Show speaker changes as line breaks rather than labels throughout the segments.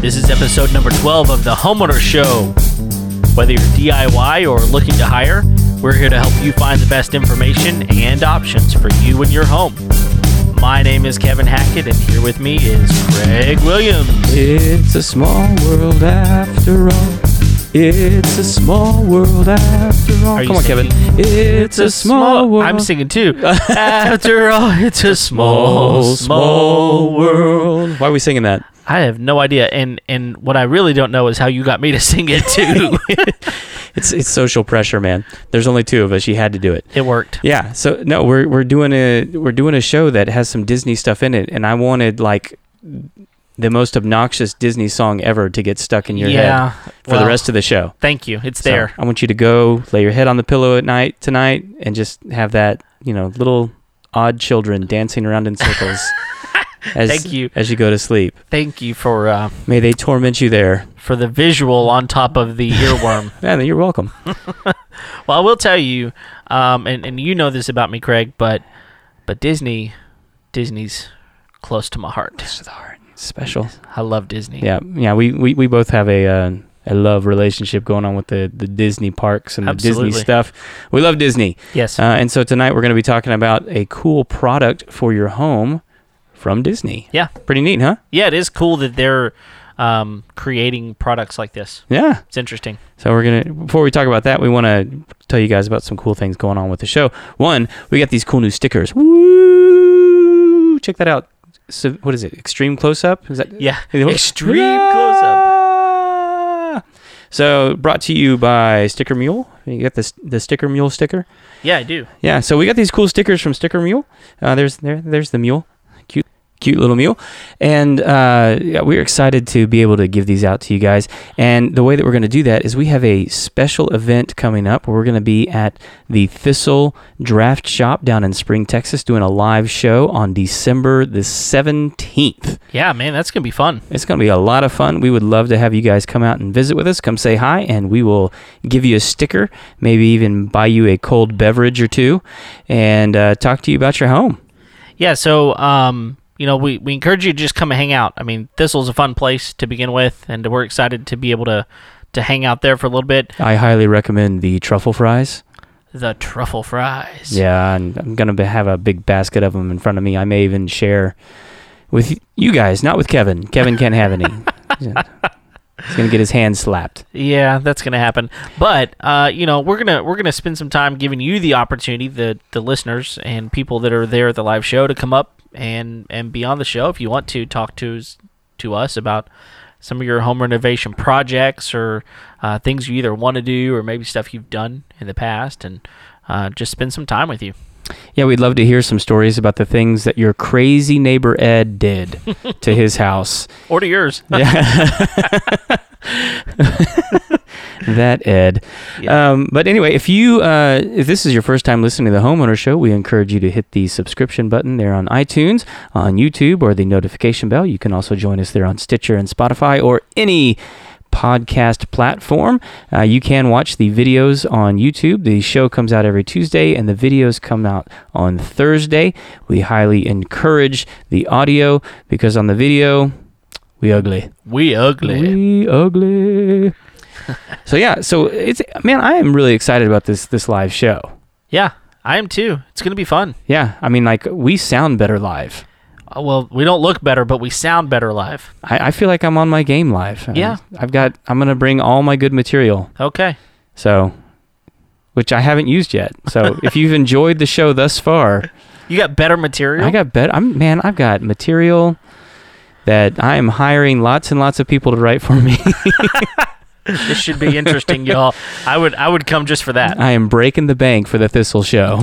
This is episode number 12 of the Homeowner Show. Whether you're DIY or looking to hire, we're here to help you find the best information and options for you and your home. My name is Kevin Hackett, and here with me is Craig Williams.
It's a small world after all. It's a small world after all.
Are you
Come on,
singing?
Kevin. It's a small world.
I'm singing too. After all, it's a small, small world.
Why are we singing that?
I have no idea, and and what I really don't know is how you got me to sing it too.
It's it's social pressure, man. There's only two of us. You had to do it.
it worked.
Yeah. So no, we're we're doing a we're doing a show that has some Disney stuff in it, and I wanted like the most obnoxious Disney song ever to get stuck in your head
yeah.
for the rest of the show.
Thank you. It's
So,
there.
I want you to go lay your head on the pillow at night tonight and just have that, you know, little odd children dancing around in circles as
Thank you.
as you go to sleep.
Thank you for uh,
May they torment you there.
for the visual on top of the earworm.
Man, you're welcome.
well, I will tell you, um, and and you know this about me, Craig, but but Disney, Disney's close to my heart.
Special.
I love Disney.
Yeah. Yeah, we we, we both have a uh, a love relationship going on with the, the Disney parks and the
Absolutely.
Disney stuff. We love Disney.
Yes.
Uh, and so tonight we're going to be talking about a cool product for your home from Disney.
Yeah.
Pretty neat, huh?
yeah. It is cool that they're um, creating products like this.
Yeah.
It's interesting.
So we're gonna before we talk about that, we want to tell you guys about some cool things going on with the show. One, we got these cool new stickers. Woo! Check that out. So, what is it? Extreme close up? Is that
Yeah. Extreme close up.
up? Ah! So brought to you by Sticker Mule. You got this the Sticker Mule sticker.
Yeah, I do.
Yeah, so we got these cool stickers from Sticker Mule. Uh, there's there there's the mule, cute cute little mule, and uh, yeah, we're excited to be able to give these out to you guys. And the way that we're going to do that is we have a special event coming up. Where we're going to be at the Thistle Draft Shop down in Spring, Texas, doing a live show on December the seventeenth.
Yeah, man, that's gonna be fun.
It's going to be a lot of fun. We would love to have you guys come out and visit with us. Come say hi, and we will give you a sticker, maybe even buy you a cold beverage or two, and uh, talk to you about your home.
Yeah, so um, you know, we, we encourage you to just come and hang out. I mean, Thistle's a fun place to begin with, and we're excited to be able to to hang out there for a little bit.
I highly recommend the truffle fries.
The truffle fries.
Yeah, and I'm going to have a big basket of them in front of me. I may even share with you guys, not with Kevin. Kevin can't have any. He's going to get his hand slapped.
Yeah, that's gonna happen. But uh, you know, we're gonna we're gonna spend some time giving you the opportunity, the the listeners and people that are there at the live show to come up and and be on the show if you want to talk to us- to us about some of your home renovation projects or uh, things you either want to do or maybe stuff you've done in the past and uh, just spend some time with you.
Yeah, we'd love to hear some stories about the things that your crazy neighbor Ed did to his house.
Or to yours.
Yeah. that Ed.
Yeah.
Um, but anyway, if you uh, if this is your first time listening to the Homeowner Show, we encourage you to hit the subscription button there on iTunes, on YouTube, or the notification bell. You can also join us there on Stitcher and Spotify or any podcast platform. Uh, you can watch the videos on YouTube. The show comes out every Tuesday, and the videos come out on Thursday. We highly encourage the audio because on the video, we ugly.
We ugly.
We ugly. so yeah, so it's man, I am really excited about this this live show.
Yeah, I am too. It's gonna be fun.
Yeah, I mean like we sound better live.
Uh, well, we don't look better, but we sound better live.
I, I feel like I'm on my game live. I-
Yeah.
I've got I'm gonna bring all my good material.
Okay.
So which I haven't used yet. So if you've enjoyed the show thus far,
You got better material.
I got better. I'm man, I've got material that I am hiring lots and lots of people to write for me.
this should be interesting, y'all. I would I would come just for that.
I am breaking the bank for the Thistle Show.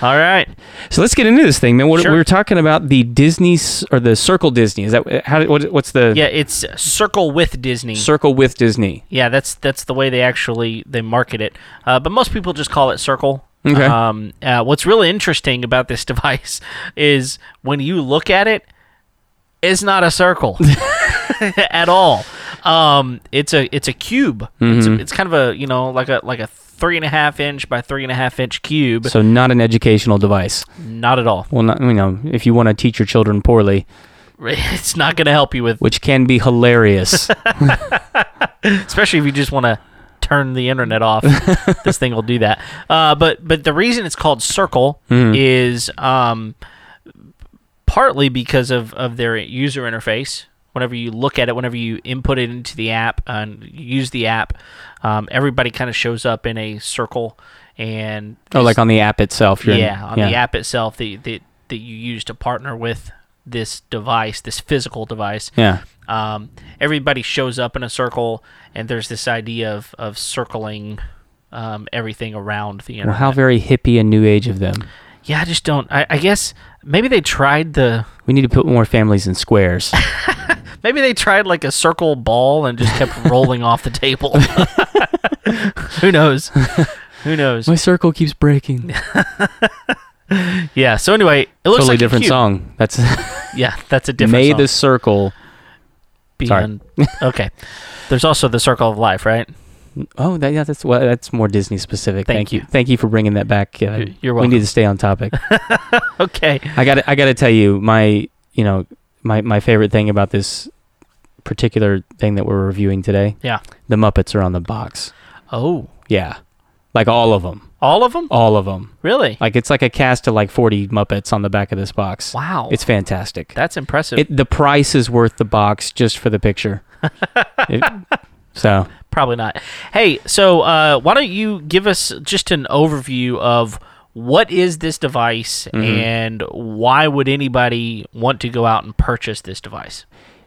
All right.
So let's get into this thing, man. What,
Sure.
We were talking about the Disney s- or the Circle Disney. Is that how? What, what's the
Yeah, it's Circle with Disney.
Circle with Disney?
yeah, that's that's the way they actually they market it. Uh, but most people just call it Circle.
Okay.
Um, uh, what's really interesting about this device is when you look at it, it's not a circle at all. Um, it's a it's a cube. It's, a, it's kind of a you know like a like a three and a half inch by three and a half inch cube.
So not an educational device.
Not at all.
Well, not, you know, if you want to teach your children poorly,
It's not going to help you with,
which can be hilarious.
especially if you just want to turn the internet off. this thing will do that. Uh, but but the reason it's called Circle
Mm-hmm.
is um, partly because of of their user interface. Whenever you look at it, whenever you input it into the app and use the app, um, everybody kind of shows up in a circle. And
oh, like on the app itself. you're in-
yeah, on the app itself that, that that you use to partner with this device, this physical device.
Yeah.
Um, everybody shows up in a circle, and there's this idea of of circling um, everything around the
Well,
internet.
how very hippie and new age of them.
yeah, I just don't. I, I guess maybe they tried the
We need to put more families in squares.
maybe they tried like a circle ball and just kept rolling off the table. Who knows? Who knows?
My circle keeps breaking.
Yeah. So anyway, it looks
totally
like a
different
cube.
song. That's
Yeah, that's a different.
May
song.
the circle.
be
Sorry.
un- okay. There's also the circle of life, right?
Oh, that, yeah, that's well, that's more Disney specific.
Thank
Thank,
you.
you. Thank you for bringing that back. Uh,
Y- you're
We
welcome.
need to stay on topic.
Okay.
I got I got to tell you my you know my my favorite thing about this particular thing that we're reviewing today.
Yeah.
The Muppets are on the box.
Oh,
Yeah. Like all of them.
all of them?
All of them.
Really?
Like it's like a cast of like 40 Muppets on the back of this box.
Wow.
It's fantastic.
that's impressive.
It, the price is worth the box just for the picture. It- so,
Probably not. Hey, so uh, why don't you give us just an overview of what is this device and why would anybody want to go out and purchase this device?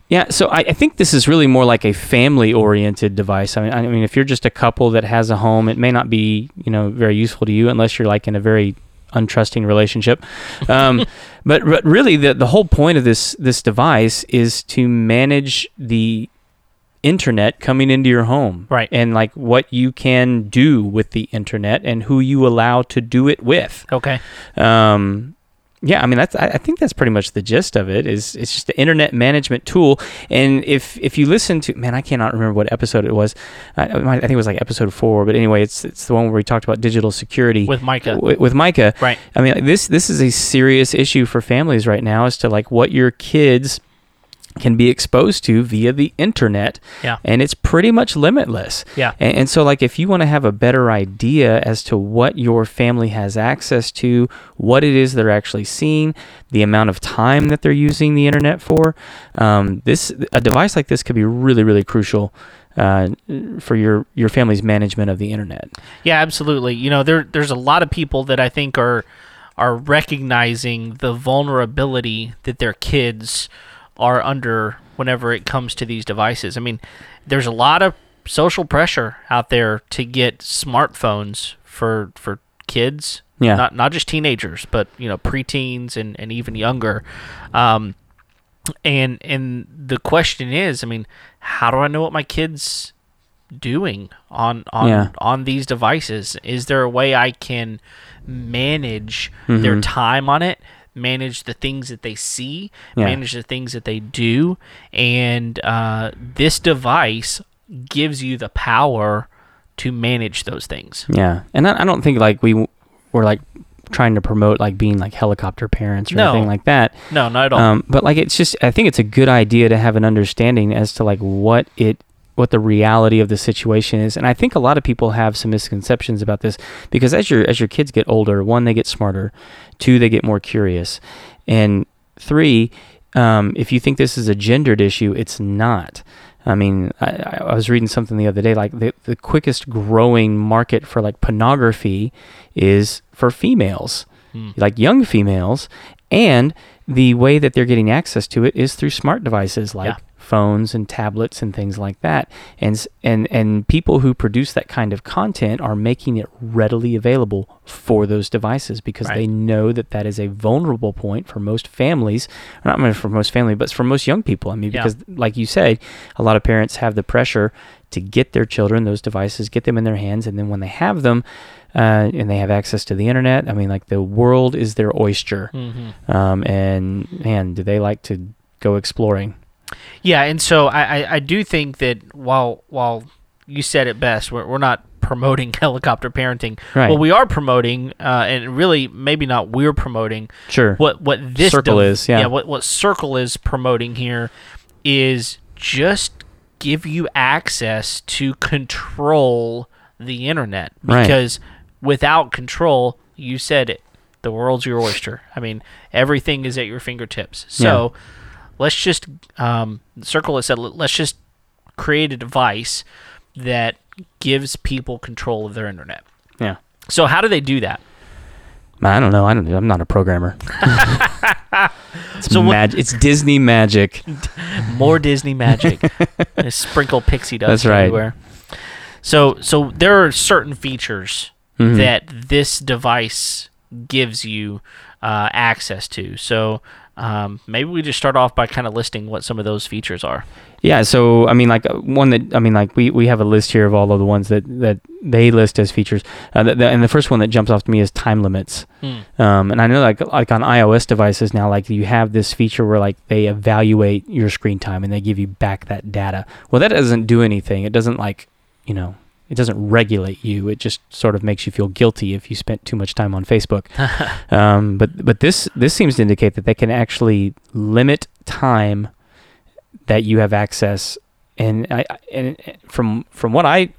yeah, so I, I think this is really more like a family oriented device. I mean, I mean, if you're just a couple that has a home, it may not be, you know, very useful to you unless you're like in a very untrusting relationship. Um, but, but really, the, the whole point of this, this device is to manage the internet coming into your home.
Right.
And like what you can do with the internet and who you allow to do it with.
Okay.
Um, yeah, I mean that's. I, I think that's pretty much the gist of it. Is it's just the internet management tool. And if if you listen to man, I cannot remember what episode it was. I, I might- I think it was like episode four. But anyway, it's it's the one where we talked about digital security
With Micah.
wi- with Micah.
Right.
I mean, like, this this is a serious issue for families right now as to like what your kids can be exposed to via the internet.
Yeah.
And it's pretty much limitless.
Yeah.
And, and so, like, if you want to have a better idea as to what your family has access to, what it is they're actually seeing, the amount of time that they're using the internet for, um, this a device like this could be really, really crucial uh, for your your family's management of the internet.
Yeah, absolutely. You know, there there's a lot of people that I think are are recognizing the vulnerability that their kids are under whenever it comes to these devices. I mean, there's a lot of social pressure out there to get smartphones for for kids.
Yeah.
Not not just teenagers, but you know, preteens and, and even younger. Um, and and the question is, I mean, how do I know what my kids doing on on
Yeah.
on these devices? Is there a way I can manage
Mm-hmm.
their time on it, manage the things that they see,
Yeah.
manage the things that they do, and uh, this device gives you the power to manage those things.
Yeah, and I, I don't think like we w- were like trying to promote like being like helicopter parents or
No.
anything like that.
No, not at all.
Um, but like it's just I think it's a good idea to have an understanding as to like what it what the reality of the situation is. And I think a lot of people have some misconceptions about this because as your as your kids get older, one they get smarter, two they get more curious, and three, um, if you think this is a gendered issue, it's not. I mean, I, I I was reading something the other day. Like the, the quickest growing market for like pornography is for females,
Hmm.
like young females, and the way that they're getting access to it is through smart devices like
Yeah.
phones and tablets and things like that. And s- and and people who produce that kind of content are making it readily available for those devices because
Right.
they know that that is a vulnerable point for most families, not only for most family, but for most young people. I mean,
Yeah.
because like you said, a lot of parents have the pressure to get their children those devices, get them in their hands, and then when they have them. Uh, and they have access to the internet. I mean, like the world is their oyster.
hmm
Um, and man, do they like to go exploring?
Yeah, and so I, I, I do think that while while you said it best, we're, we're not promoting helicopter parenting.
Right.
What we are promoting, uh, and really maybe not we're promoting,
Sure.
what what this
Circle is, yeah.
what what circle is promoting here is just give you access to control the internet
Right.
because without control you said it the world's your oyster i mean everything is at your fingertips so let's just um, circle it said let- let's just create a device that gives people control of their internet
Yeah.
so how do they do that
I don't know. I don't. I'm not a programmer. it's
So what-
mag- It's Disney magic.
more Disney magic. And sprinkle pixie dust
That's right.
everywhere. So so there are certain features
Mhm.
that this device gives you uh, access to. So um, maybe we just start off by kind of listing what some of those features are.
Yeah, so I mean, like uh, one that I mean, like we, we have a list here of all of the ones that, that they list as features, uh, th- th- and the first one that jumps off to me is time limits. Um, and I know like like on iOS devices now, like you have this feature where like they evaluate your screen time and they give you back that data. Well, that doesn't do anything. It doesn't like you know it doesn't regulate you. It just sort of makes you feel guilty if you spent too much time on Facebook. um, but but this this seems to indicate that they can actually limit time that you have access. And I I- and from from what I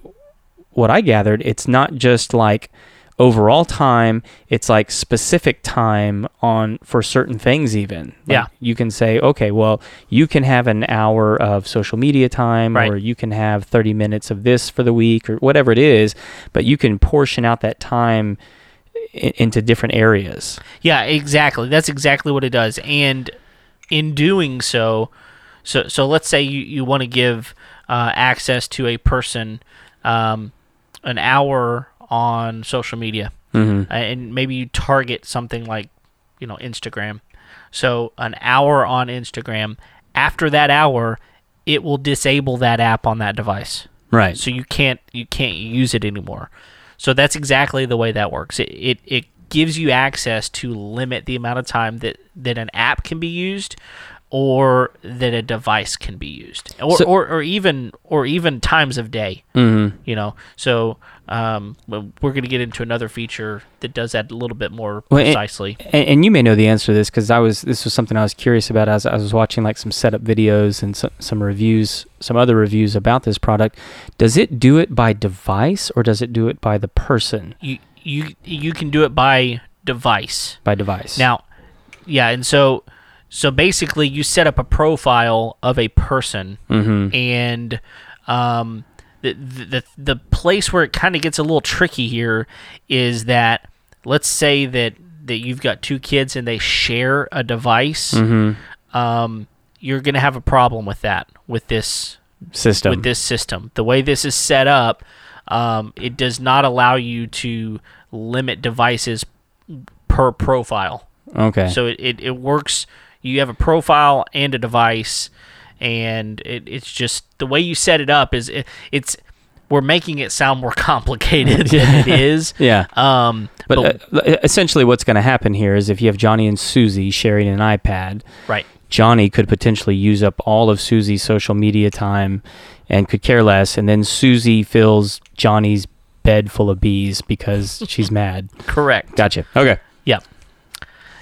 what I gathered, it's not just like overall time it's like specific time on for certain things even Like,
Yeah.
you can say okay well you can have an hour of social media time
Right.
or you can have 30 minutes of this for the week or whatever it is but you can portion out that time i- into different areas
Yeah, exactly. That's exactly what it does. And in doing so, so so let's say you, you want to give uh, access to a person um, an hour on social media.
mm-hmm.
uh, and maybe you target something like you know Instagram. So an hour on Instagram. After that hour, it will disable that app on that device.
right
So you can't you can't use it anymore. So that's exactly the way that works. It it, it gives you access to limit the amount of time that, that an app can be used or that a device can be used. Or,
So-
or, or even or even times of day
mm-hmm.
you know so um, well, we're going to get into another feature that does that a little bit more
Well, it-
precisely
and, and you may know the answer to this because I was this was something I was curious about as I was watching like some setup videos and some, some reviews, some other reviews about this product. Does it do it by device or does it do it by the person
you you you can do it by device
by device?
now yeah and so so basically you set up a profile of a person
mm-hmm.
and um, the, the the place where it kind of gets a little tricky here is that let's say that that you've got two kids and they share a device um, you're going to have a problem with that with this
system.
with this system. The way this is set up, um, it does not allow you to limit devices per profile.
okay.
So it, it, it works. You have a profile and a device, and it, it's just the way you set it up is it, it's we're making it sound more complicated than it is.
yeah.
Um,
But,
but,
uh, l- essentially, what's going to happen here is if you have Johnny and Susie sharing an iPad,
right,
Johnny could potentially use up all of Susie's social media time and could care less. And then Susie fills Johnny's bed full of bees because she's mad.
correct.
Gotcha. Okay.
Yeah,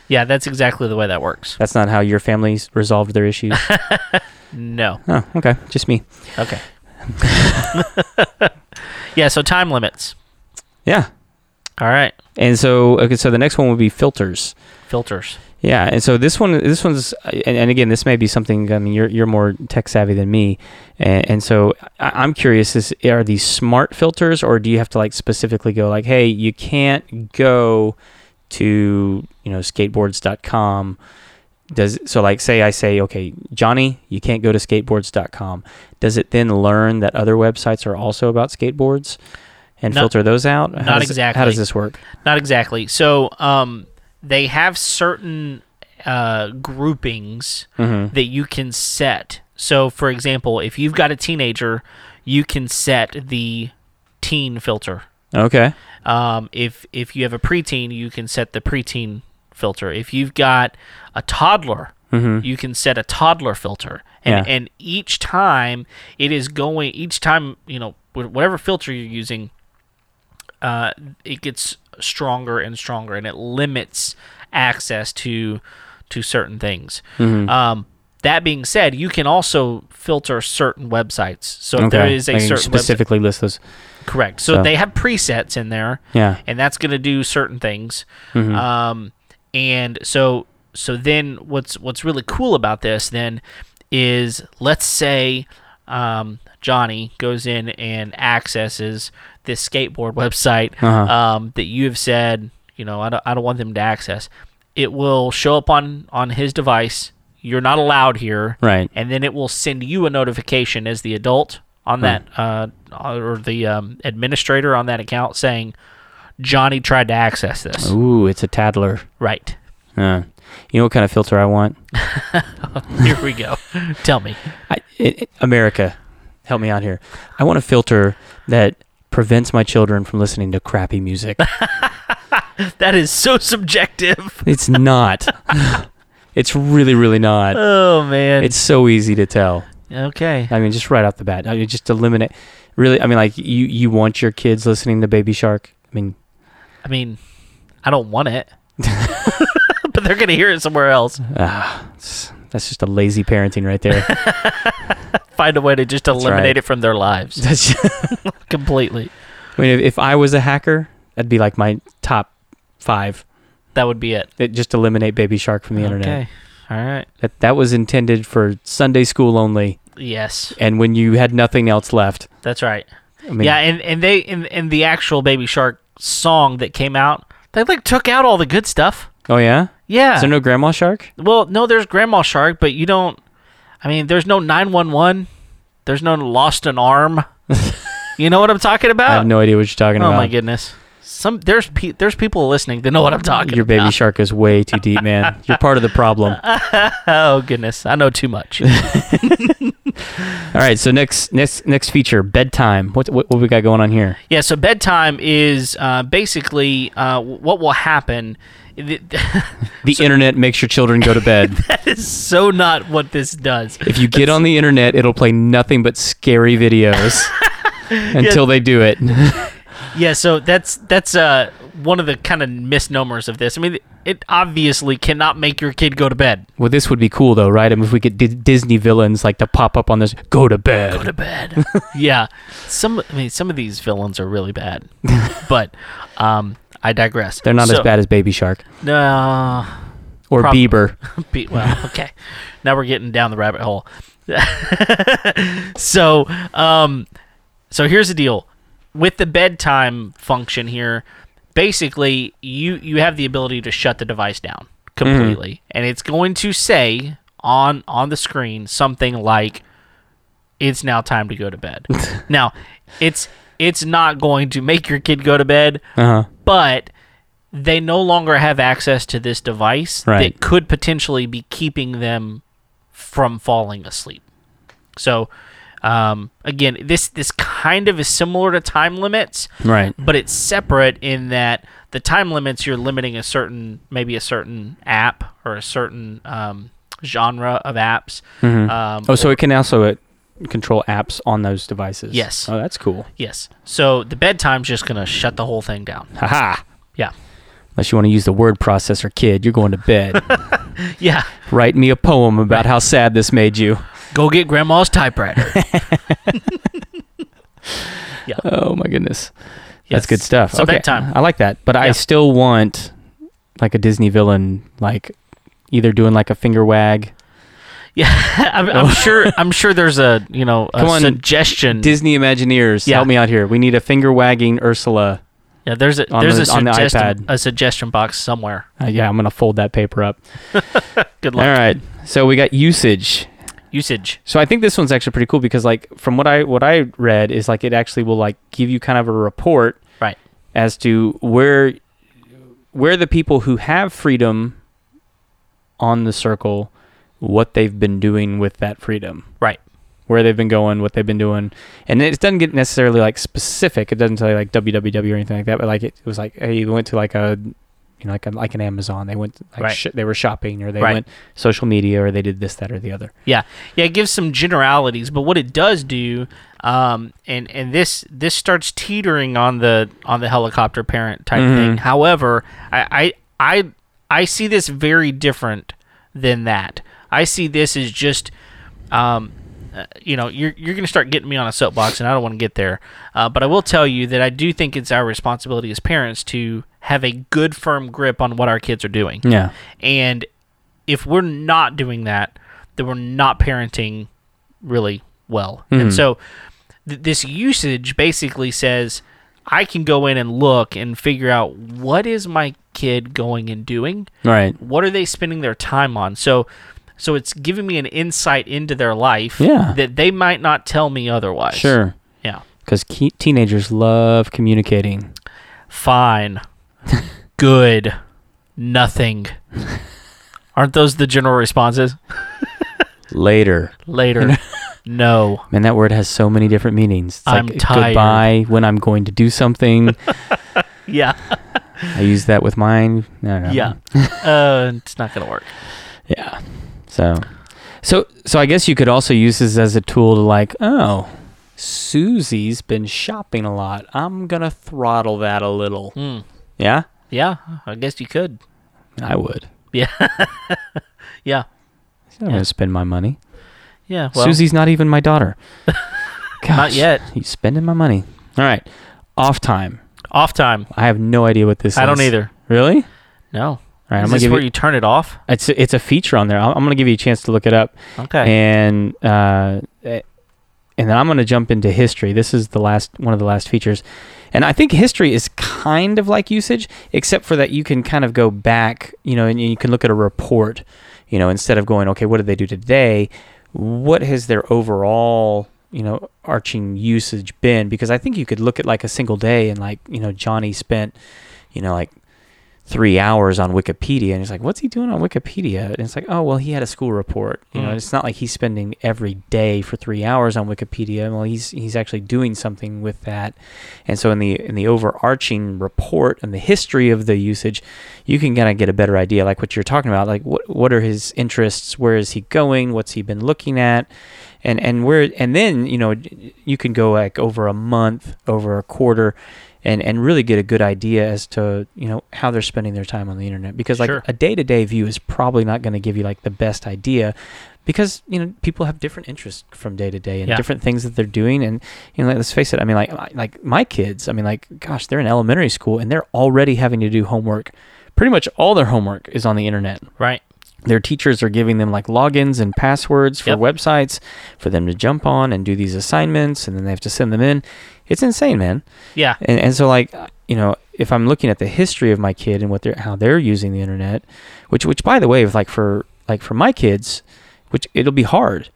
yeah, that's exactly the way that works.
That's not how your family's resolved their issues.
No,
oh, okay. Just me.
okay. yeah, so time limits.
Yeah.
All right.
And so, okay, so the next one would be filters.
filters.
Yeah, and so this one, this one's, and, and again, this may be something. I mean, you're you're more tech savvy than me, and, and so I, I'm curious: is are these smart filters, or do you have to like specifically go like, hey, you can't go to you know skateboards.com? Does so like say I say, okay, Johnny, you can't go to skateboards.com. Does it then learn that other websites are also about skateboards? And
Not-
filter those out? How
not
does it- How
exactly.
does this work?
Not exactly. So um, they have certain uh, groupings
Mm-hmm.
that you can set. So, for example, if you've got a teenager, you can set the teen filter.
Okay.
Um, if if you have a preteen, you can set the preteen filter. If you've got a toddler,
Mm-hmm.
you can set a toddler filter and
Yeah.
and each time it is going each time you know wh- whatever filter you're using uh, it gets stronger and stronger, and it limits access to to certain things.
Mm-hmm.
Um, that being said, you can also filter certain websites. So if there is a
I can
certain website,
specifically list those.
Correct. So,
So-
they have presets in there,
Yeah. Mm-hmm.
and that's going to do certain things. Um, and so so then what's what's really cool about this then is let's say um, Johnny goes in and accesses this skateboard website
Uh-huh.
um, that you have said you know I don't, I don't want them to access. It will show up on on his device. You're not allowed here
Right.
and then it will send you a notification as the adult
Hmm.
on that uh, or the um, administrator on that account saying Johnny tried to access this.
Ooh, it's a tattler.
Right.
Uh, you know what kind of filter I want?
Here we go. Tell me.
I, it, it- America, help me out here. I want a filter that prevents my children from listening to crappy music.
That is so subjective.
it's not. it's really, really not.
Oh man.
It's so easy to tell.
okay.
I mean, just right off the bat, I mean, just eliminate. Really, I mean, like you, you want your kids listening to Baby Shark. I mean,
I mean, I don't want it. but they're going to hear it somewhere else.
ah, it's- that's just a lazy parenting right there.
Find a way to just eliminate
right.
it from their lives
That's just-
completely.
I mean, if, if I was a hacker, that'd be like my top five.
That would be it.
It just eliminate Baby Shark from the internet.
Okay. All right.
That that was intended for Sunday school only,
Yes.
and when you had nothing else left.
That's right.
I mean,
yeah, and, and they and, and the actual Baby Shark song that came out, they like took out all the good stuff.
Oh yeah.
Yeah.
Is there no Grandma Shark?
well, no, there's Grandma Shark, but you don't. I mean, there's no nine one one. There's no lost an arm. you know what I'm talking
I
about?
have no idea what you're talking
oh
about.
my goodness. Some there's pe- there's people listening that know what I'm talking.
Your Baby
about.
Shark is way too deep, man. You're part of the problem.
Oh goodness, I know too much.
All right, so next next next feature, bedtime. What what, what we got going on here?
Yeah, so bedtime is uh, basically uh, what will happen.
The internet makes your children go to bed.
That is so not what this does.
if you get on the internet, it'll play nothing but scary videos until they do it.
Yeah, so that's that's uh one of the kind of misnomers of this. I mean, it obviously cannot make your kid go to bed.
well, this would be cool though, right? I mean, if we get D- Disney villains like to pop up on this, go to bed.
Go to bed. yeah, some I mean some of these villains are really bad, but um, I digress.
They're not as
So-
bad as Baby Shark
No,
or
Probably.
Bieber.
Be- well, okay. Now we're getting down the rabbit hole. so, um, so here's the deal with the bedtime function here. Basically, you you have the ability to shut the device down completely, and it's going to say on on the screen something like, "It's now time to go to bed." now, it's it's not going to make your kid go to bed,
Uh huh.
but they no longer have access to this device
Right.
that could potentially be keeping them from falling asleep. So, um, again, this this kind of is similar to time limits,
Right.
but it's separate in that the time limits you're limiting a certain maybe a certain app or a certain um, genre of apps. Um,
Oh, so it can also uh, control apps on those devices.
Yes.
Oh, that's cool.
yes. So the bedtime's just gonna shut the whole thing down.
Haha.
Yeah.
Unless you want to use the word processor, kid, you're going to bed.
Yeah.
Write me a poem about how sad this made you.
Go get grandma's typewriter.
Oh my goodness, that's good
Yes.
stuff.
So
okay,
bedtime.
I like that, but I
Yeah.
still want like a Disney villain, like either doing like a finger wag.
Yeah, I'm, I'm sure. I'm sure there's a you know a
Oh. Come on,
suggestion.
Disney Imagineers,
Yeah.
help me out here. We need a finger wagging Ursula.
yeah, there's a
on
there's
the-
a
on the
suggestion
iPad.
a suggestion box somewhere.
Uh, yeah, I'm gonna fold that paper up.
Good
All
luck.
right, so we got usage.
Usage.
So I think this one's actually pretty cool because like from what I what I read is like it actually will like give you kind of a report
Right.
as to where where the people who have freedom on the circle what they've been doing with that freedom.
Right.
Where they've been going, what they've been doing. And it doesn't get necessarily like specific. It doesn't tell you like www or anything like that, but like it, was like hey, you went to like a you know like a, like an Amazon. They went like
Right.
sh- they were shopping or they
Right.
went social media or they did this that or the other.
Yeah, yeah. It gives some generalities, but what it does do Um, and and this this starts teetering on the on the helicopter parent type
Mhm.
thing. However, I, I I I see this very different than that. I see this as just, um, uh, you know, you're you're gonna start getting me on a soapbox, and I don't want to get there. Uh, but I will tell you that I do think it's our responsibility as parents to have a good firm grip on what our kids are doing.
Yeah.
And if we're not doing that, then we're not parenting really well.
Mm-hmm.
And so th- this usage basically says I can go in and look and figure out what is my kid going and doing?
Right.
What are they spending their time on? So so it's giving me an insight into their life
Yeah.
that they might not tell me otherwise.
Sure.
Yeah.
Because ke- teenagers love communicating.
Fine. Good. Nothing. Aren't those the general responses?
Later.
Later. no.
Man, that word has so many different meanings. It's
I'm
like
tired.
goodbye when I'm going to do something.
Yeah.
I use that with mine. I don't know.
Yeah. uh, it's not going to work.
Yeah. So, so, so I guess you could also use this as a tool to like, oh, Susie's been shopping a lot. I'm gonna throttle that a little.
Mm.
Yeah,
Yeah. I guess you could.
I would.
Yeah.
I'm gonna spend my money.
Yeah. Well,
Susie's not even my daughter. Gosh,
not yet.
You spending my money? All right. Off time.
Off time.
I have no idea what this is.
I don't either.
Really? All
No.
right. I'm
Is
gonna
this
give
where
you.
you turn it off?
It's a, it's a feature on there. I'm I'm gonna give you a chance to look it up.
Okay.
and uh, eh, and then I'm going to jump into history. This is the last one of the last features, and I think history is kind of like usage, except for that you can kind of go back, you know, and you can look at a report, you know, instead of going, okay, what did they do today? What has their overall you know arching usage been because i think you could look at like a single day and like you know johnny spent you know like three hours on wikipedia and it's like what's he doing on wikipedia and it's like oh well he had a school report you know
Mm.
it's not like he's spending every day for three hours on wikipedia well he's he's actually doing something with that and so in the in the overarching report and the history of the usage you can kind of get a better idea like what you're talking about like what what are his interests where is he going what's he been looking at and and where and then you know you can go like over a month over a quarter and and really get a good idea as to you know how they're spending their time on the internet because like
Sure.
a day-to-day view is probably not going to give you like the best idea because you know people have different interests from day to day and
Yeah.
different things that they're doing and you know like, let's face it i mean like I- like my kids i mean like gosh they're in elementary school and they're already having to do homework pretty much all their homework is on the internet
right.
their teachers are giving them like logins and passwords for
Yep.
websites for them to jump on and do these assignments and then they have to send them in it's insane man
Yeah.
and, and so like uh, you know if i'm looking at the history of my kid and what they're how they're using the internet which which by the way if like for like for my kids which it'll be hard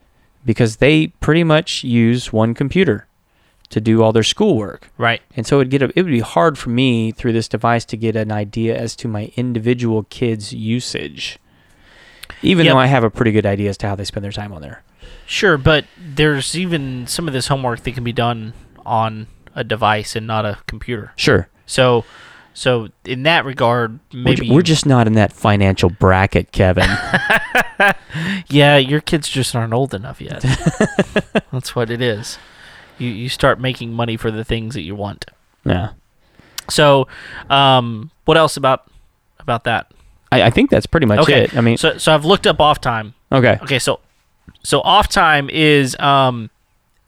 because they pretty much use one computer to do all their schoolwork
Right.
and so it'd get a, it would be hard for me through this device to get an idea as to my individual kids' usage. Even
Yep.
though I have a pretty good idea as to how they spend their time on there.
Sure. But there's even some of this homework that can be done on a device and not a computer.
Sure.
So, so in that regard,
We're,
maybe
we're just not in that financial bracket, Kevin.
Yeah, your kids just aren't old enough yet. That's what it is. You you start making money for the things that you want.
yeah.
So, um, what else about about that?
I, I think that's pretty much
Okay.
it. I mean,
So so I've looked up off time.
okay.
Okay, so so off time is um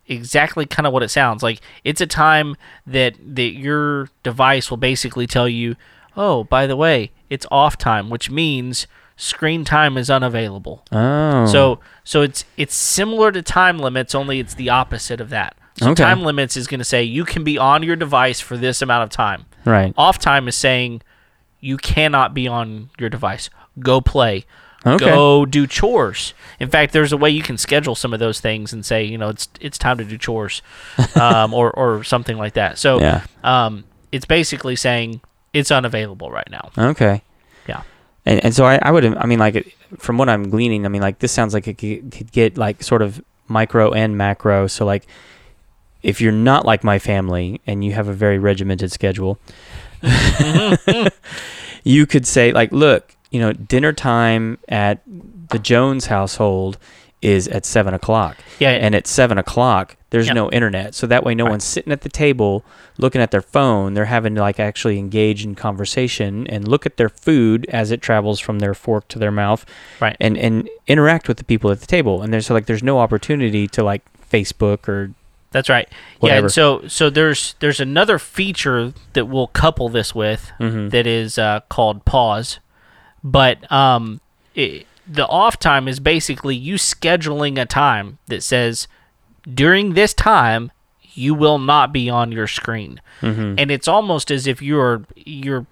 exactly kind of what it sounds like. It's a time that that your device will basically tell you, "Oh, by the way, it's off time," which means screen time is unavailable.
Oh.
So so it's it's similar to time limits, only it's the opposite of that. So
Okay.
time limits is going to say you can be on your device for this amount of time.
right.
Off time is saying you cannot be on your device. Go play.
Okay.
Go do chores. In fact, there's a way you can schedule some of those things and say, you know, it's it's time to do chores, um, or or something like that. So,
Yeah.
um, it's basically saying it's unavailable right now.
Okay.
Yeah.
And, and so I, I would, I mean, like, it- from what I'm gleaning, I mean, like, this sounds like it could could get, like, sort of micro and macro. So, like, if you're not like my family and you have a very regimented schedule, you could say, like, look, you know, dinner time at the Jones household is at seven o'clock.
Yeah.
And at seven o'clock, there's
Yep.
no internet, so that way no
Right.
one's sitting at the table looking at their phone. They're having to like actually engage in conversation and look at their food as it travels from their fork to their mouth,
Right.
And and interact with the people at the table. And there's so, like there's no opportunity to like Facebook or
That's right. Yeah,
Whatever.
and so so there's there's another feature that we'll couple this with
Mm-hmm.
that is uh, called pause, but um, it, the off time is basically you scheduling a time that says during this time you will not be on your screen,
Mm. Mm-hmm.
and it's almost as if you're you're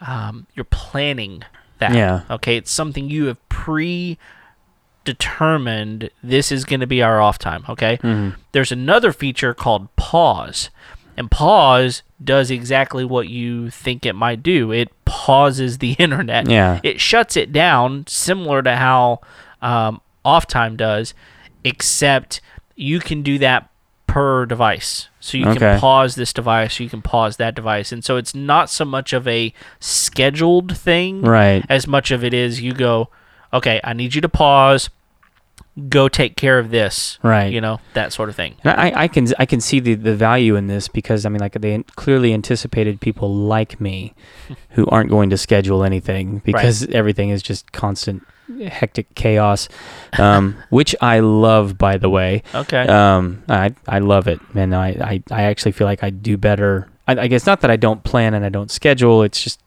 um, you're planning that.
Yeah.
Okay, it's something you have pre determined this is going to be our off time. Okay. There's another feature called pause, and pause does exactly what you think it might do. It pauses the internet.
Yeah.
It shuts it down, similar to how um, off time does, except you can do that per device. So you
Okay.
can pause this device, you can pause that device, and so it's not so much of a scheduled thing
right.
as much of it is you go, okay, I need you to pause, go take care of this,
Right.
You know that sort of thing.
And I, I can I can see the, the value in this because I mean like they clearly anticipated people like me who aren't going to schedule anything because everything is just constant hectic chaos um, which I love by the way
Okay,
um, I, I love it and I, I, I actually feel like I do better I, I guess not that I don't plan and I don't schedule it's just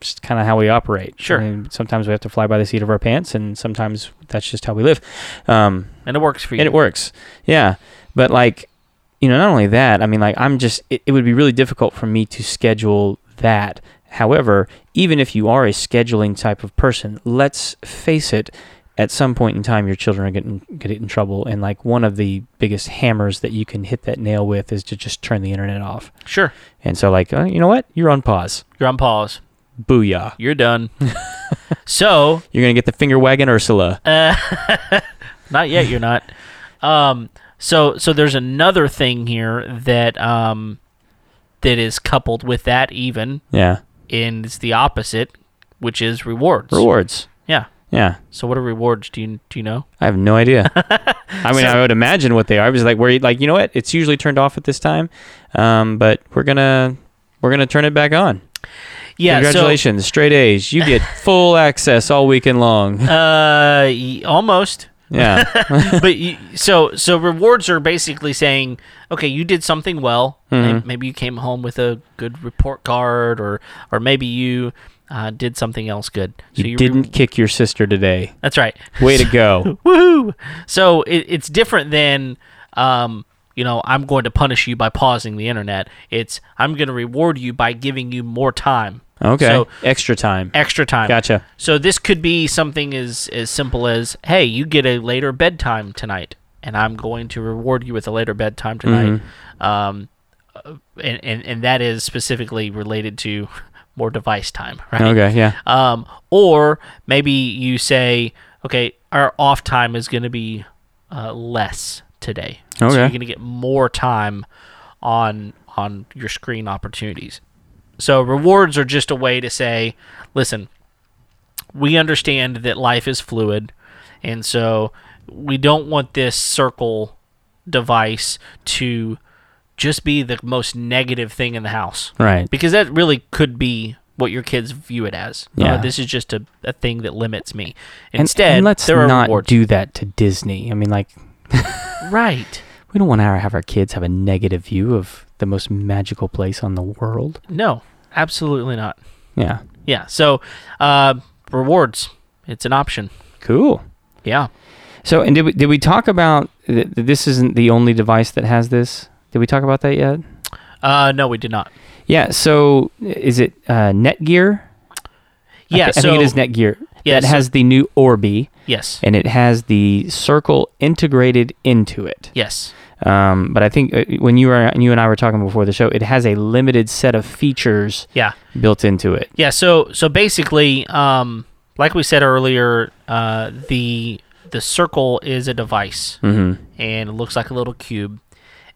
just kind of how we operate
Sure.
I mean, sometimes we have to fly by the seat of our pants and sometimes that's just how we live um,
and it works for you.
and it works. Yeah. But like, you know, not only that, I mean, like, I'm just, it, it would be really difficult for me to schedule that. However, even if you are a scheduling type of person, let's face it, at some point in time, your children are getting get in trouble, and like one of the biggest hammers that you can hit that nail with is to just turn the internet off.
Sure,
And so, like, uh, you know what? You're on pause.
you're on pause.
Booyah!
You're done. so,
You're gonna get the finger wagging Ursula.
uh, not yet. You're not. Um, so, so there's another thing here that um, that is coupled with that even,
Yeah.
and it's the opposite, which is rewards.
Rewards.
Yeah.
Yeah.
So, what are rewards? Do you do you know?
I have no idea. I mean, I would imagine what they are. I was like, where you like, you know what? It's usually turned off at this time, um, but we're gonna we're gonna turn it back on.
Yeah. so-
Congratulations, straight A's. You get full access all weekend long.
Uh, y- almost.
yeah,
but you, so so rewards are basically saying, okay, you did something well.
Mm-hmm.
May- Maybe you came home with a good report card, or or maybe you uh, did something else good. So
you
re-
didn't kick your sister today.
that's right.
Way to go.
Woohoo! So it, it's different than, um, you know, I'm going to punish you by pausing the internet. It's I'm going to reward you by giving you more time.
Okay,
So
extra time.
extra time.
Gotcha.
So this could be something as as simple as, hey, you get a later bedtime tonight, and I'm going to reward you with a later bedtime tonight. Um, uh, and, and and that is specifically related to more device time, right?
Okay, yeah,
Um, or maybe you say, okay, our off time is going to be uh, less today, so
Okay.
you're going to get more time on on your screen opportunities. So rewards are just a way to say, listen, we understand that life is fluid, and so we don't want this circle device to just be the most negative thing in the house
right.
because that really could be what your kids view it as. Oh,
Yeah.
this is just a, a thing that limits me.
And-
Instead,
and, let's
there are
not
rewards.
do that to Disney. I mean, like,
right.
we don't want to have our kids have a negative view of the most magical place on the world.
No, absolutely not.
Yeah,
Yeah. So, uh, rewards. It's an option.
cool.
Yeah.
So, and did we did we talk about th- th- this? Isn't the only device that has this? Did we talk about that yet?
Uh, no, we did not.
Yeah. So, is it uh, Netgear? I
Yeah.
thi-
so
I, think it is Netgear.
Yeah,
that
so-
has the new Orbi,
yes.
and it has the Circle integrated into it.
Yes.
Um, but I think uh, when you were you and I were talking before the show, it has a limited set of features
Yeah.
built into it.
Yeah. So so basically, um, like we said earlier, uh, the the circle is a device, and it looks like a little cube.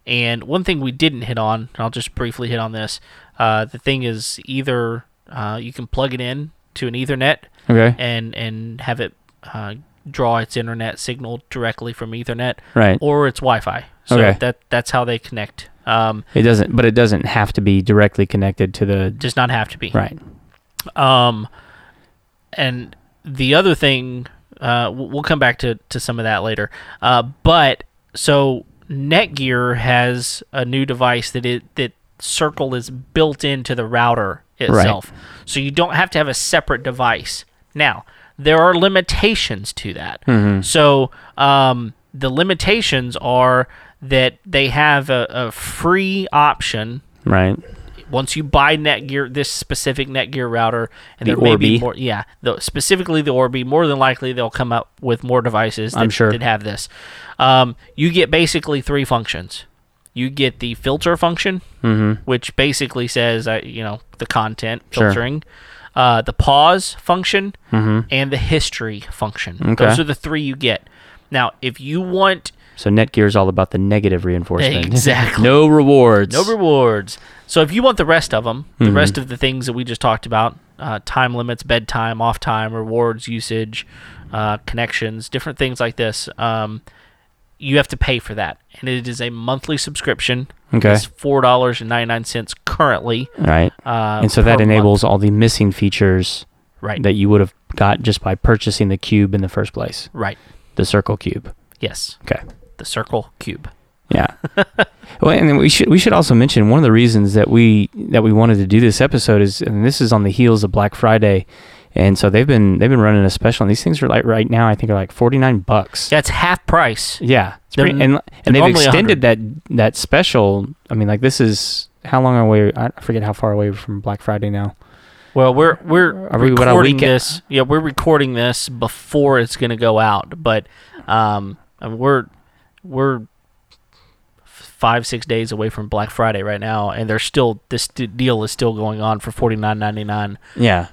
And one thing we didn't hit on, and I'll just briefly hit on this. Uh, the thing is either uh, you can plug it in to an Ethernet
Okay.
and and have it uh, draw its internet signal directly from Ethernet
Right.
or its Wi-Fi. So
Okay.
that that's how they connect. Um,
It doesn't, but it doesn't have to be directly connected to the
does not have to be.
right.
Um, and the other thing, uh, we'll we'll come back to, to some of that later. Uh, but so Netgear has a new device that it that Circle is built into the router itself, so you don't have to have a separate device. Now there are limitations to that. So um, the limitations are that they have a, a free option
Right.
once you buy Netgear, this specific Netgear router, and
The
there may be
Orbi.
more. Yeah, the, specifically the Orbi. More than likely, they'll come up with more devices. That,
I'm sure.
that have this. Um, you get basically three functions. You get the filter function,
Mm-hmm.
which basically says, uh, you know, the content
Sure. Mm-hmm.
filtering, uh, the pause function, and the history function.
Okay.
Those are the three you get. Now, if you want
So Netgear is all about the negative reinforcement.
Exactly.
no rewards. Mm-hmm.
No rewards. So if you want the rest of them, the rest of the things that we just talked about, uh, time limits, bedtime, off time, rewards, usage, uh, connections, different things like this, um, you have to pay for that, and it is a monthly subscription.
Okay.
It's four dollars and ninety nine cents currently.
right.
Uh,
and so
per
that
month.
enables all the missing features
right,
that you would have got just by purchasing the cube in the first place,
right,
the circle cube.
yes,
Okay.
the circle cube.
Yeah. well, and then we should we should also mention one of the reasons that we that we wanted to do this episode is, and this is on the heels of Black Friday, and so they've been they've been running a special, and these things are like right now I think are like forty nine bucks.
Yeah, it's half price.
Yeah, it's
They're-
pretty, and and they've
normally
extended that that special. I mean, like this is how long are we? I forget how far away from Black Friday now.
Well, we're we're
Are we about a
recording
week-
this. Yeah, we're recording this before it's going to go out, but um, and we're we're five six days away from Black Friday right now, and there's still this d- deal is still going on for forty nine ninety nine.
Yeah.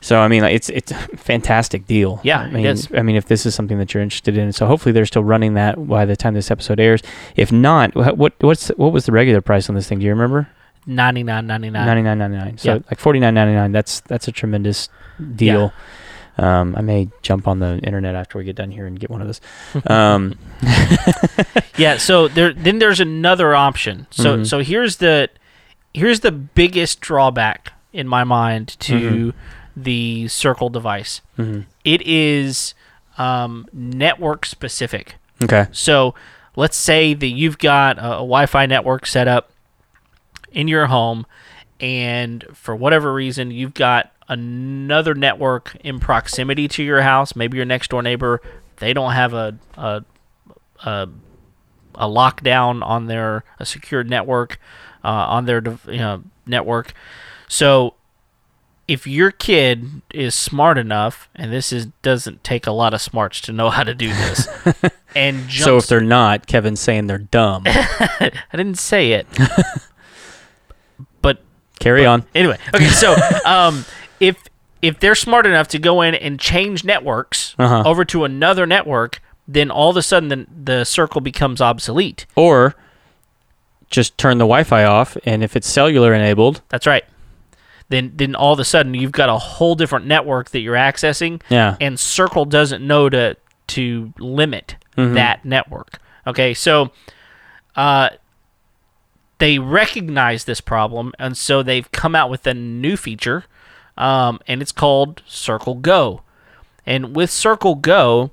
So I mean, like, it's it's a fantastic deal.
Yeah,
I
it
mean,
is.
I mean, if this is something that you're interested in, so hopefully they're still running that by the time this episode airs. If not, wha- what what's what was the regular price on this thing? Do you remember?
Ninety nine ninety nine.
Ninety nine ninety nine. So
Yeah.
like forty nine ninety nine. That's that's a tremendous deal. Um, I may jump on the internet after we get done here and get one of those. Um,
Yeah. So there then there's another option. So
Mhm.
so here's the here's the biggest drawback in my mind to the Circle device.
mhm.
It is um, network specific.
Okay.
So let's say that you've got a, a Wi-Fi network set up in your home, and for whatever reason, you've got another network in proximity to your house. Maybe your next door neighbor they don't have a a a, a lockdown on their a secured network uh, on their dev- you know, network. So if your kid is smart enough, and this is doesn't take a lot of smarts to know how to do this, and jumps
So if they're not, Kevin's saying they're dumb.
I didn't say it. but
Carry on.
anyway, okay, so um, if if they're smart enough to go in and change networks
Uh-huh.
over to another network, then all of a sudden the, the circle becomes obsolete.
Or just turn the Wi-Fi off, and if it's cellular enabled,
That's right. Then then all of a sudden you've got a whole different network that you're accessing.
yeah,
and Circle doesn't know to to limit
Mm-hmm.
that network. Okay, so uh, they recognize this problem, and so they've come out with a new feature, um, and it's called Circle Go. And with Circle Go,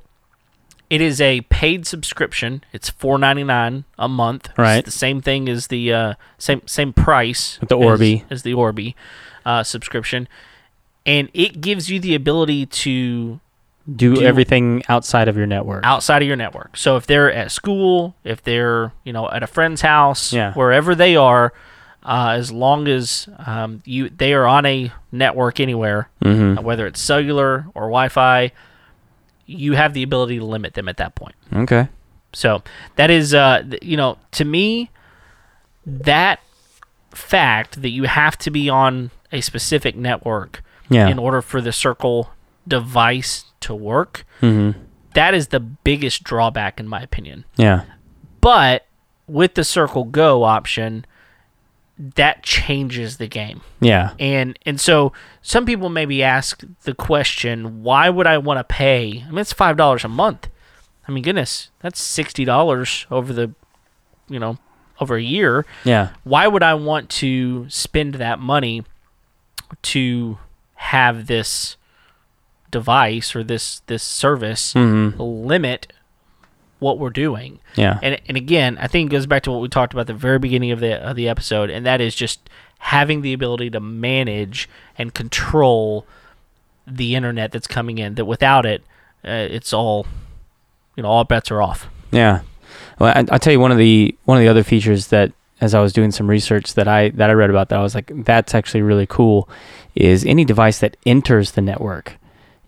it is a paid subscription. It's four ninety nine a month.
Right.
It's the same thing as the uh, same same price.
The Orbi.
as, as the Orbi uh, subscription, and it gives you the ability to
do,
do-
everything outside of your network.
outside of your network. So if they're at school, if they're you know at a friend's house,
Yeah.
wherever they are, uh, as long as um, you they are on a network anywhere, uh,
Mhm.
whether it's cellular or Wi-Fi, you have the ability to limit them at that point.
Okay.
So that is, uh, th- you know, to me, that fact that you have to be on a specific network
Yeah.
in order for the circle device to work,
Mm-hmm.
that is the biggest drawback, in my opinion.
Yeah.
But with the circle go option, that changes the game.
Yeah.
And and so some people maybe ask the question, why would I want to pay? I mean, it's five dollars a month. I mean, goodness, that's sixty dollars over the, you know, over a year.
Yeah.
Why would I want to spend that money to have this device or this this service
Mm-hmm.
limit what we're doing?
Yeah.
And and again, I think it goes back to what we talked about at the very beginning of the of the episode, and that is just having the ability to manage and control the internet that's coming in. That without it, uh, it's all you know, all bets are off.
Yeah. Well, I, I'll tell you one of the one of the other features that, as I was doing some research that I that I read about, that I was like, that's actually really cool, is any device that enters the network,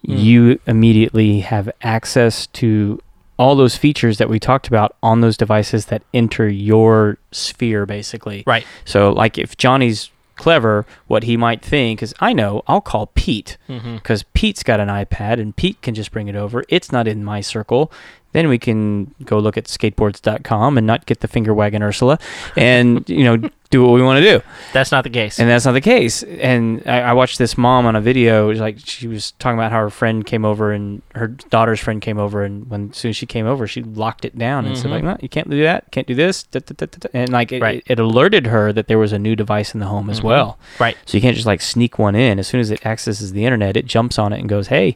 Mm.
you immediately have access to all those features that we talked about on those devices that enter your sphere, basically.
Right.
So, like, if Johnny's clever, what he might think is, I know, I'll call Pete
Mm-hmm.
because Pete's got an iPad and Pete can just bring it over. It's not in my circle. Then we can go look at skateboards.com and not get the finger wagging Ursula and, you know, do what we want to do.
That's not the case.
And that's not the case. And I, I watched this mom on a video. It was like she was talking about how her friend came over and her daughter's friend came over, and when as soon as she came over, she locked it down and said
Mhm.
like, no, "You can't do that. Can't do this." da, da, da, da, da," And like it,
Right.
it alerted her that there was a new device in the home as
Mhm.
well.
Right.
So you can't just like sneak one in. As soon as it accesses the internet, it jumps on it and goes, "Hey."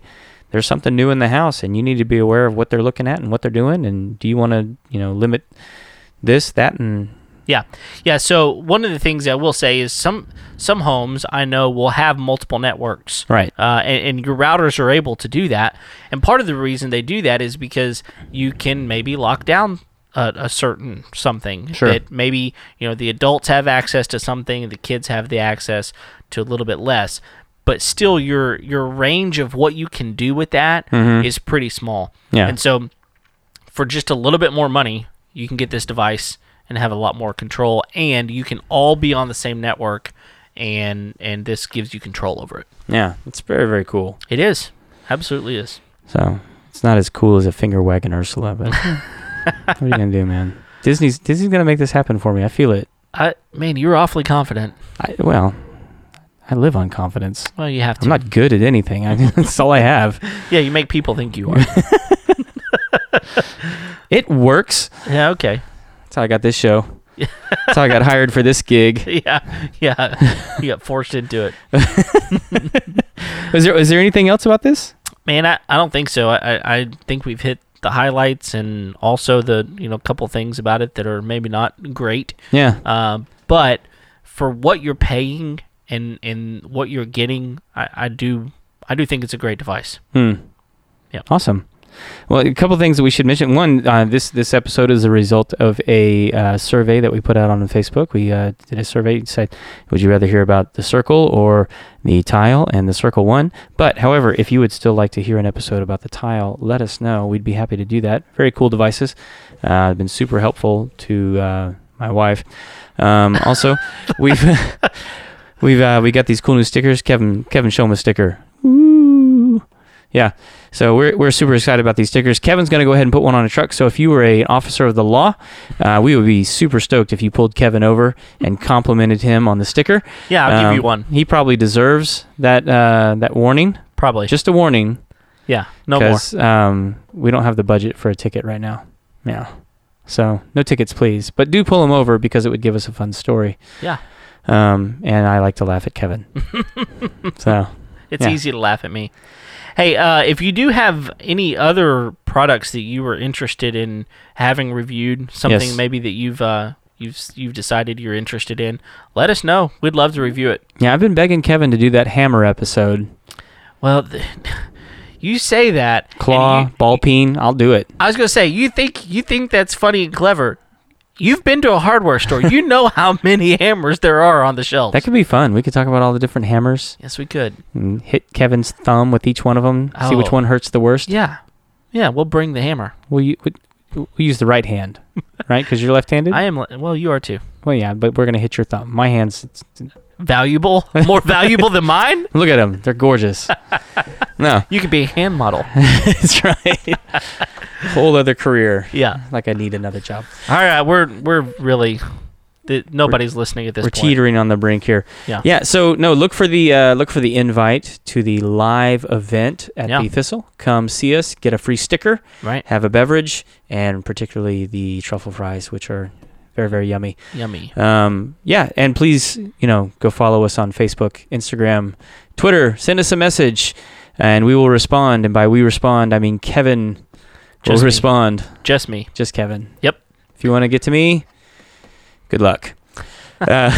There's something new in the house, and you need to be aware of what they're looking at and what they're doing. And do you want to, you know, limit this, that, and
Yeah, so one of the things I will say is some some homes I know will have multiple networks.
right?
Uh, and, and your routers are able to do that. And part of the reason they do that is because you can maybe lock down a, a certain something
Sure.
that maybe you know the adults have access to something, the kids have the access to a little bit less, but still your your range of what you can do with that is
Mhm.
pretty small.
Yeah.
And so for just a little bit more money, you can get this device and have a lot more control and you can all be on the same network and and this gives you control over it.
Yeah, it's very, very cool.
It is. Absolutely is.
So it's not as cool as a finger wagging Ursula, but what are you gonna do, man? Disney's Disney's gonna make this happen for me. I feel it.
I man, you're awfully confident.
I, well, I live on confidence.
Well, you have to.
I'm not good at anything. I, that's all I have.
yeah, you make people think you are.
It works.
yeah, okay.
That's how I got this show. That's how I got hired for this gig.
Yeah, yeah. You got forced into it,
Was there was there anything else about this?
man. I, I don't think so. I, I I think we've hit the highlights and also the you know couple things about it that are maybe not great.
Yeah.
Um, but for what you're paying and and what you're getting, I, I do I do think it's a great device.
Hmm.
Yeah.
Awesome. Well, a couple things that we should mention. One, uh, this this episode is a result of a uh, survey that we put out on Facebook. We uh, did a survey and said, "Would you rather hear about the circle or the tile?" And the circle won. But however, if you would still like to hear an episode about the tile, let us know. We'd be happy to do that. Very cool devices. Uh, they've been super helpful to uh, my wife. Um, also, we've we've uh, we got these cool new stickers. Kevin Kevin show 'em a sticker. Ooh. Yeah. So we're, we're super excited about these stickers. Kevin's going to go ahead and put one on a truck. So if you were an officer of the law, uh, we would be super stoked if you pulled Kevin over and complimented him on the sticker.
Yeah, I'll give you
Um,
one
He probably deserves that uh, that warning.
probably.
Just a warning,
yeah, no more.
um, we don't have the budget for a ticket right now. Yeah. So no tickets, please. But do pull him over because it would give us a fun story.
Yeah.
Um, and I like to laugh at Kevin. so
It's
Yeah.
easy to laugh at me. Hey, uh, if you do have any other products that you were interested in having reviewed, something
Yes.
maybe that you've uh, you've you've decided you're interested in, let us know. We'd love to review it.
yeah, I've been begging Kevin to do that hammer episode.
Well, th- you say that and
Claw,
you-
ball peen, I'll do it.
I was gonna say you think you think that's funny and clever. You've been to a hardware store. you know how many hammers there are on the shelves.
That could be fun. We could talk about all the different hammers
yes, we could.
and hit Kevin's thumb with each one of them. See which
Oh.
one hurts the worst.
Yeah, yeah. We'll bring the hammer.
We'll, u- we we use the right hand, right? Because you're left-handed.
I am. le- Well, you are too.
well, yeah, but we're gonna hit your thumb. My hands. It's, it's-
Valuable, more valuable than mine.
look at them. They're gorgeous. no,
You could be a hand model.
that's right. Whole other career.
yeah.
Like I need another job.
All right, we're we're really the, nobody's listening at this
We're
point.
teetering on the brink here.
Yeah.
Yeah. So no, look for the uh, look for the invite to the live event at
Yeah.
the Thistle. Come see us, get a free sticker,
Right.
have a beverage, and particularly the truffle fries, which are very very yummy.
Yummy.
Um, yeah, and please you know go follow us on Facebook, Instagram, Twitter. Send us a message, and we will respond. And by we respond, I mean Kevin will
Just me.
respond.
Just me.
Just Kevin.
Yep.
If you want to get to me, good luck. Uh,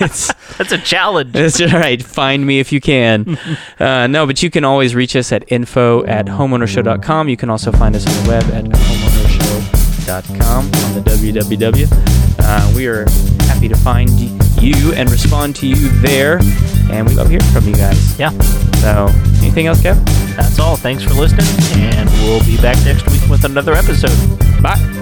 it's,
That's a challenge.
it's all right. Find me if you can. Uh, no, but you can always reach us at info at homeownershow.com. You can also find us on the web at homeownershow.com on the www. Uh, we are happy to find you and respond to you there. And we love hearing from you guys.
Yeah.
So, anything else, Kev?
That's all. Thanks for listening, and we'll be back next week with another episode.
Bye.